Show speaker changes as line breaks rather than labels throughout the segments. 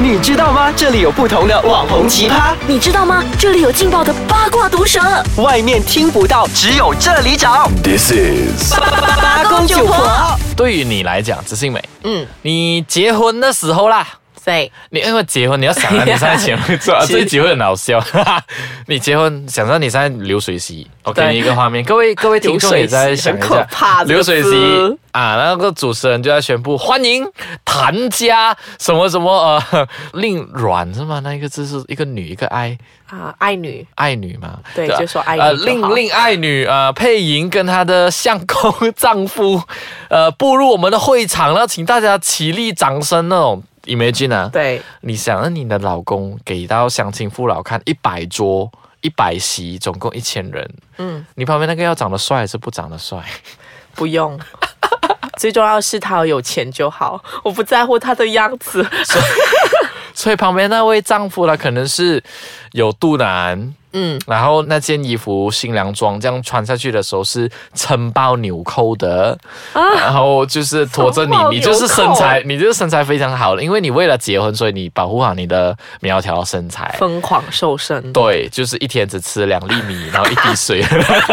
你知道吗？这里有不同的网红奇葩，
你知道吗？这里有劲爆的八卦毒舌，
外面听不到，只有这里找。
This is
八公九婆，
对于你来讲，知性美，
嗯，
你结婚的时候啦，
对，
你因为结婚你要想到你现在前面 做，这一集会很好笑。 你结婚想到你现在流水席，我给
对
你一个画面，各位各位听众也在想一
流水席很
下
可怕，这
流
个
水
字
席啊，那个主持人就在宣布欢迎谭家什么什么呃， 令阮是吗？那一个字是一个女一个爱。
啊，爱女，
爱女嘛，
对
吧
就说爱女
呃，
就好
令令爱女呃，配莹跟她的相公 丈夫，呃，步入我们的会场了，请大家起立掌声那种 imagine 啊。，
对，
你想让你的老公给到乡亲父老看一百桌一百席，总共一千人，
嗯，
你旁边那个要长得帅还是不长得帅？
不用。 最重要的是他有钱就好，我不在乎他的样子。
所以旁边那位丈夫呢，可能是有肚腩。
嗯，
然后那件衣服新娘装这样穿下去的时候是撑包纽扣的，然后就是驮着你
撑啊包纽，扣
你就是身材，你就是身材非常好的，因为你为了结婚，所以你保护好你的苗条身材。
疯狂瘦身，
对，就是一天只吃两粒米，然后一滴水。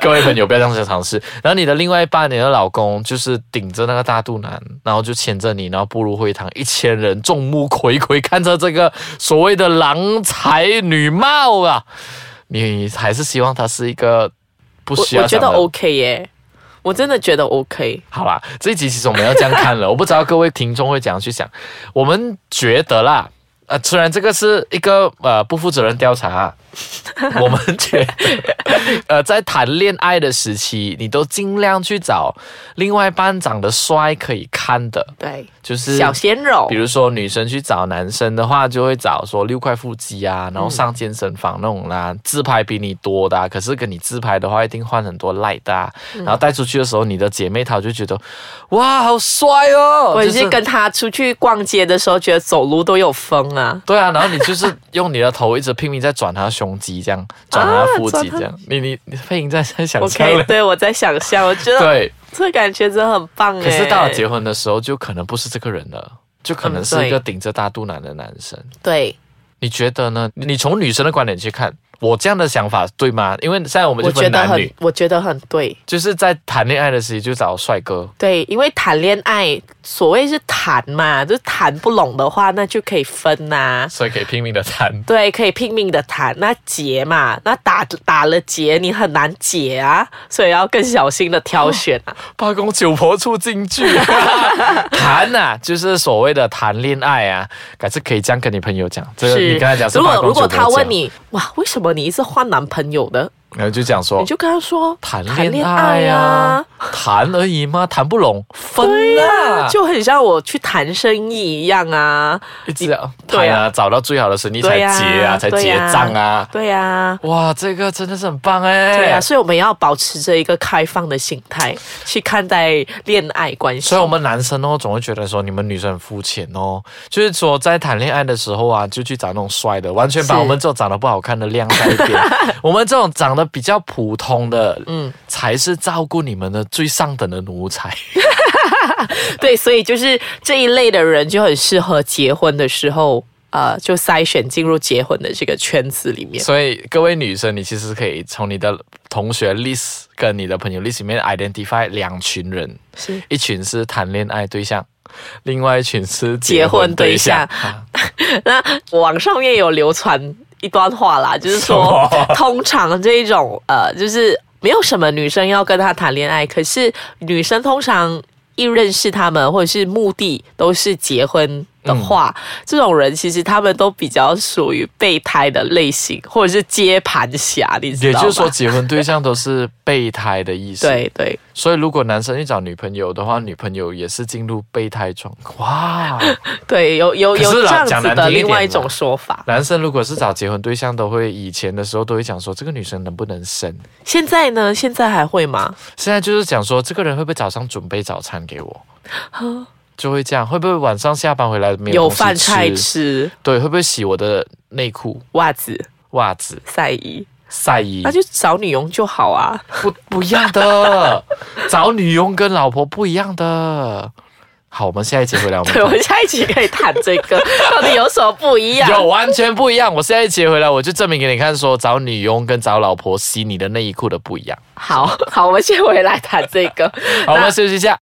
各位朋友，不要这样子尝试。然后你的另外一半，你的老公，就是顶着那个大肚腩，然后就牵着你，然后步入会堂，一千人众目睽睽，看着这个所谓的郎才女貌啊，你还是希望他是一个不
我
需要
我觉
讲的
得 OK 耶，我真的觉得 OK。
好啦，这一集其实我们要这样看了，我 不知道各位听众会怎样去想。我们觉得啦，呃，虽然这个是一个呃不负责任调查啊，我们觉得，呃，在谈恋爱的时期，你都尽量去找另外一半长得帅可以看的，
对，
就是
小鲜肉
比，如说女生去找男生的话，就会找说六块腹肌
嗯
啊，然后上健身房那种啦、自拍比你多的、啊，可是跟你自拍的话，一定换很多 like 的、啊，
嗯
然后带出去的时候，你的姐妹淘就觉得，哇，好帅哦，
我也
就是
跟他出去逛街的时候，觉得走路都有风啊。
对啊，然后你就是用你的头一直拼命在转她胸肌，这样转她腹 肌，这样，你你你配音在在想象
OK，
了
对我在想象，我觉得
对，
这感觉真的很棒哎。
可是到了结婚的时候，就可能不是这个人了，就可能
嗯
是一个
对
顶着大肚腩的男生。
对，
你觉得呢？你从女生的观点去看，我这样的想法对吗？因为现在我们
我
就
觉
分
得
男
很
女，，
我觉得很对。
就是在谈恋爱的时候就找帅哥，
对，因为谈恋爱，所谓是谈嘛，就是谈不拢的话，那就可以分啊呐、
所以可以拼命的谈。
对，可以拼命的谈。那结嘛，那打打了结，你很难解啊，所以要更小心的挑选 啊。
八公九婆出京剧， 谈啊，就是所谓的谈恋爱啊，改次可以这样跟你朋友讲，这个啊你跟他讲是
如
八
果
公
如果
九婆
他
讲
问，你，哇，为什么你一直换男朋友的？
然后就讲说
你就跟他说
哦谈
啊
恋爱啊，谈而已嘛，谈不拢分
对呀、
啊，
就很像我去谈生意一样啊，
一直要谈
对啊
啊，找到最好的生意才
对呀、
结啊，才
对
结
呀
账啊。
对呀、
哇，这个真的是很棒哎！
对啊，所以我们要保持着一个开放的心态去看待恋爱关系。
所以我们男生哦，总会觉得说你们女生很肤浅哦，就是说在谈恋爱的时候啊，就去找那种帅的，完全把
是
我们这种长得不好看的晾在一 边。我们这种长得比较普通的，嗯，才是照顾你们的最上等的奴才。
对，所以就是这一类的人就很适合结婚的时候，呃，就筛选进入结婚的这个圈子里面。
所以各位女生，你其实可以从你的同学 list 跟你的朋友 list 里面 identify 两群人，
是
一群是谈恋爱对象，另外一群是
结婚对
象
象。
啊
那网上面有流传一段话啦，就是说， 通常这一种呃，就是没有什么女生要跟他谈恋爱，可是女生通常一认识他们或者是目的都是结婚。的话，
嗯
这种人其实他们都比较属于备胎的类型，或者是接盘侠，你知
也
道
就
吗？
是说，结婚对象都是备胎的意思。
对对，
所以如果男生去找女朋友的话，
嗯
女朋友也是进入备胎状况。哇，
对，有有
可是
有这
啦
样
讲
子
难
的
听一
另外
点
一种
啦
说法。
男生如果是找结婚对象，都会以前的时候都会讲说这个女生能不能生，
现在呢？现在还会吗？
现在就是讲说这个人会不会早上准备早餐给我，就会这样，会不会晚上下班回来没有
哦有
东西
饭菜
吃？
吃，
对，会不会洗我的内裤、
袜子、
袜子、
晒衣，
晒衣
那？就找女佣就好
嗯
啊。
不不一样的，找女佣跟老婆不一样的。好，我们下一集回来我们
对，我
谈
们下一集可以谈这 个，到底有什么不一样？
有完全不一样。我下一集回来我就证明给你看，说找女佣跟找老婆洗你的内衣裤的不一样。
好好，我们先回来谈这个。
好，我
嗯那
们休息一下。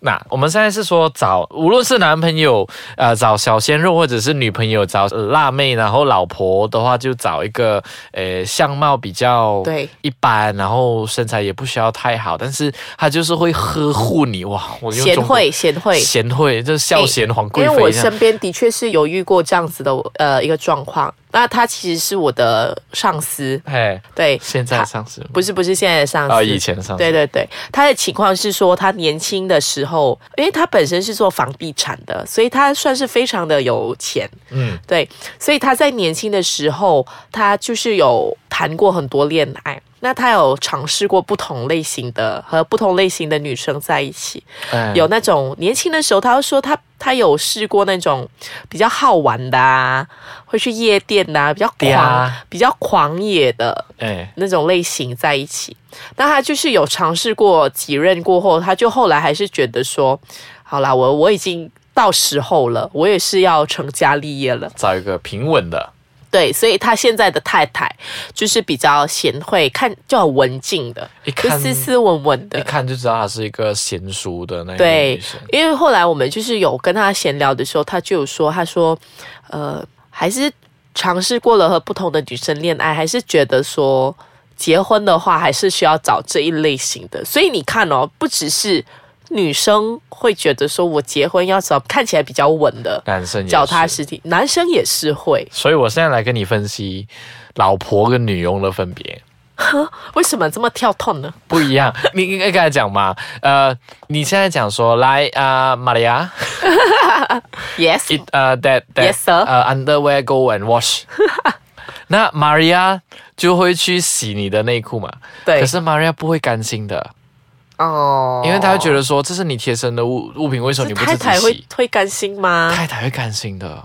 那我们现在是说找，无论是男朋友呃找小鲜肉，或者是女朋友找呃辣妹，然后老婆的话就找一个呃相貌比较
对
一般，然后身材也不需要太好，但是他就是会呵护你哇！ 我用
贤
中国
惠，贤惠，哎
贤惠，就是孝贤皇贵
因为我
妃这样。
身边的确是有遇过这样子的呃一个状况。那他其实是我的上司，
哎，
对，
现在
他
上司
不是不是现在的上司，
啊，以前上司
对对对，他的情况是说，他年轻的时候，因为他本身是做房地产的，所以他算是非常的有钱。
嗯，
对，所以他在年轻的时候，他就是有谈过很多恋爱。那他有尝试过不同类型的和不同类型的女生在一起，
哎
有那种年轻的时候，他就说他他有试过那种比较好玩的啊，会去夜店的、啊，比较
对
狂、
啊
比较狂野的，
哎
那种类型在一起。那他就是有尝试过几任过后，他就后来还是觉得说，好啦，我我已经到时候了，我也是要成家立业了。
找一个平稳的，
对，所以他现在的太太就是比较贤惠，看就很文静的，
一
就
看
斯斯文文
一
的。
看就知道她是一个娴熟的那一种
对
女生。，
因为后来我们就是有跟他闲聊的时候，他就有说，他说，呃，还是尝试过了和不同的女生恋爱，还是觉得说，结婚的话还是需要找这一类型的。所以你看哦，不只是女生会觉得说我结婚要找看起来比较稳的，
男生也
脚踏
是
实地，男生也是会。
所以我现在来跟你分析老婆跟女佣的分别。
为什么这么跳痛呢？
不一 样，你应该刚才讲嘛，呃，你现在讲说来啊，玛利亚
Yes，
，it 呃、that that
Yes, sir.
呃、underwear go and wash，那玛利亚就会去洗你的内裤嘛，
对
可是玛利亚不会甘心的，
哦，
因为她会觉得说这是你贴身的物物品，为什么你
是
不自
太
己洗？
太会嗯会甘心吗？
太太会甘心的，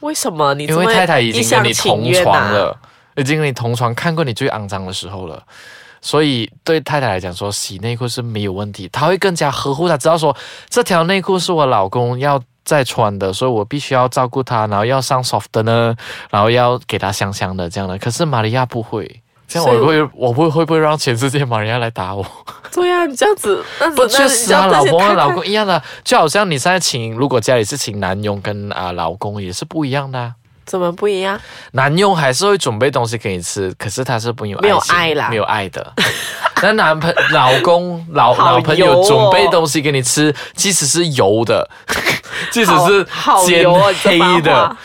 为什么你这
因
么
为太太已
一
经
厢
跟你
情
同
愿
床
啊
了，已经跟你同床看过你最肮脏的时候了，所以对太太来讲说洗内裤是没有问题，她会更加呵护她，知道说这条内裤是我老公要再穿的，所以我必须要照顾他，然后要上 soft 的呢，然后要给他香香的这样的。可是玛利亚不会。这样
所以
我会我会会不会让全世界玛利亚来打 我？
对呀、你这样子，那
不，
那
确实啊，
你这样
老
子
婆
太
跟
太
老公一样的，就好像你现在请，如果家里是请男佣跟啊、老公也是不一样的、啊。
怎么不一样？
男佣还是会准备东西给你吃，可是他是不有
没有
心
爱啦
没有爱的。 那男朋老公老
好油哦
老朋友准备东西给你吃，即使是油的， 即使是
好好
煎
油哦这番
黑的
话，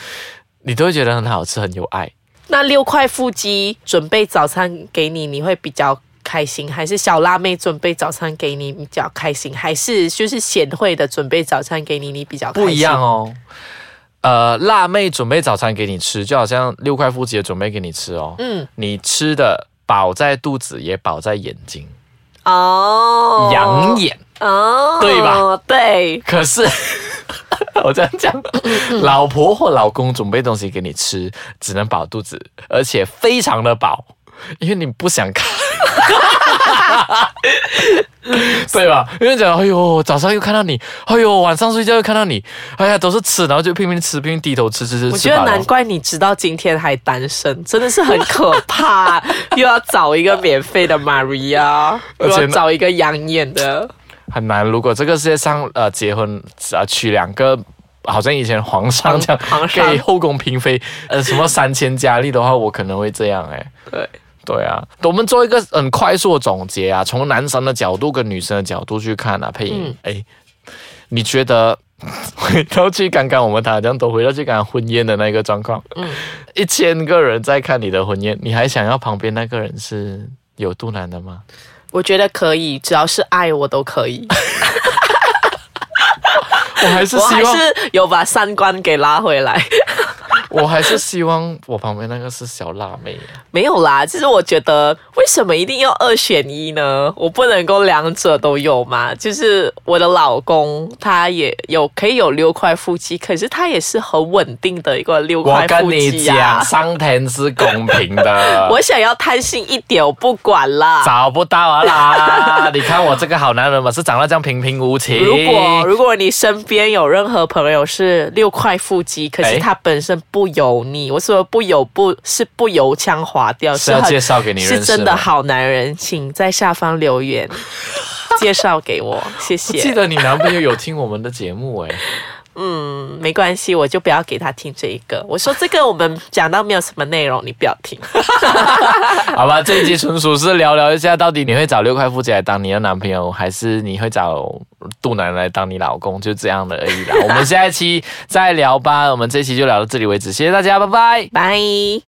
你都会觉得很好吃，很有爱。
那六块腹肌准备早餐给你，你会比较开心，还是小辣妹准备早餐给你比较开心，还是就是贤惠的准备早餐给你，你比较开心
不一样？哦。呃，辣妹准备早餐给你吃，就好像六块腹肌也准备给你吃哦。
嗯，
你吃的饱在肚子，也饱在眼睛，
哦，
养眼。
哦，
对吧？
对，
可是 我这样讲，
嗯
老婆或老公准备东西给你吃，只能饱肚子，而且非常的饱，因为你不想 看。对吧？因为讲，哎呦，早上又看到你，哎呦，晚上睡觉又看到你，哎呀，都是吃，然后就拼命吃，拼命低头吃吃吃。
我
吃
觉得
饱了
难怪你直到今天还单身，真的是很可 怕。又要找一个免费的 Maria，
而
又
且呢
要找一个养眼的。
很难。如果这个世界上呃结婚啊娶两个。好像以前皇上这样
皇皇上
给后宫嫔妃，呃，什么三千佳丽的话，我可能会这样哎、
对，
对啊，我们做一个很快速的总结啊，从男生的角度跟女生的角度去看啊，配
嗯
音，哎、你觉得 回到去刚刚我们打酱都回到去刚刚婚宴的那个状况，嗯，一千个人在看你的婚宴，你还想要旁边那个人是有肚腩的 吗？
我觉得可以，只要是爱我都可以。
我还是
我
希
还
望
是有把三观给拉回来。
我我还是希望我旁边那个是小辣 妹。
没有啦，其实我觉得为什么一定要二选一呢？我不能够两者都有嘛。就是我的老公他也有可以有六块腹肌，可是他也是很稳定的一个六
我
块
跟
腹
你
肌
讲，
呀、。
上天是公平的
啊 我想要贪心一点，我不管啦。
找不到啊啦！你看我这个好男人嘛，是长得这样平平无奇。
如果如果你身边有任何朋友是六块腹肌，可
哎
是他本身不油腻，我说不油不是不油腔滑调，
是要
很
介绍给你认识
是
吗
真的好男人，请在下方留言介绍给我，谢
我记
谢。
得你男朋友有听我们的节目哎、
嗯，没关系，我就不要给他听这一个。我说这个我们讲到没有什么内容，你不要 听。
好吧，这一集纯属是聊聊一下，到底你会找六块腹肌来当你的男朋友，还是你会找肚腩来当你老公，就这样的而已啦。我们下一期再聊吧，我们这一期就聊到这里为止，谢谢大家，拜拜。
拜。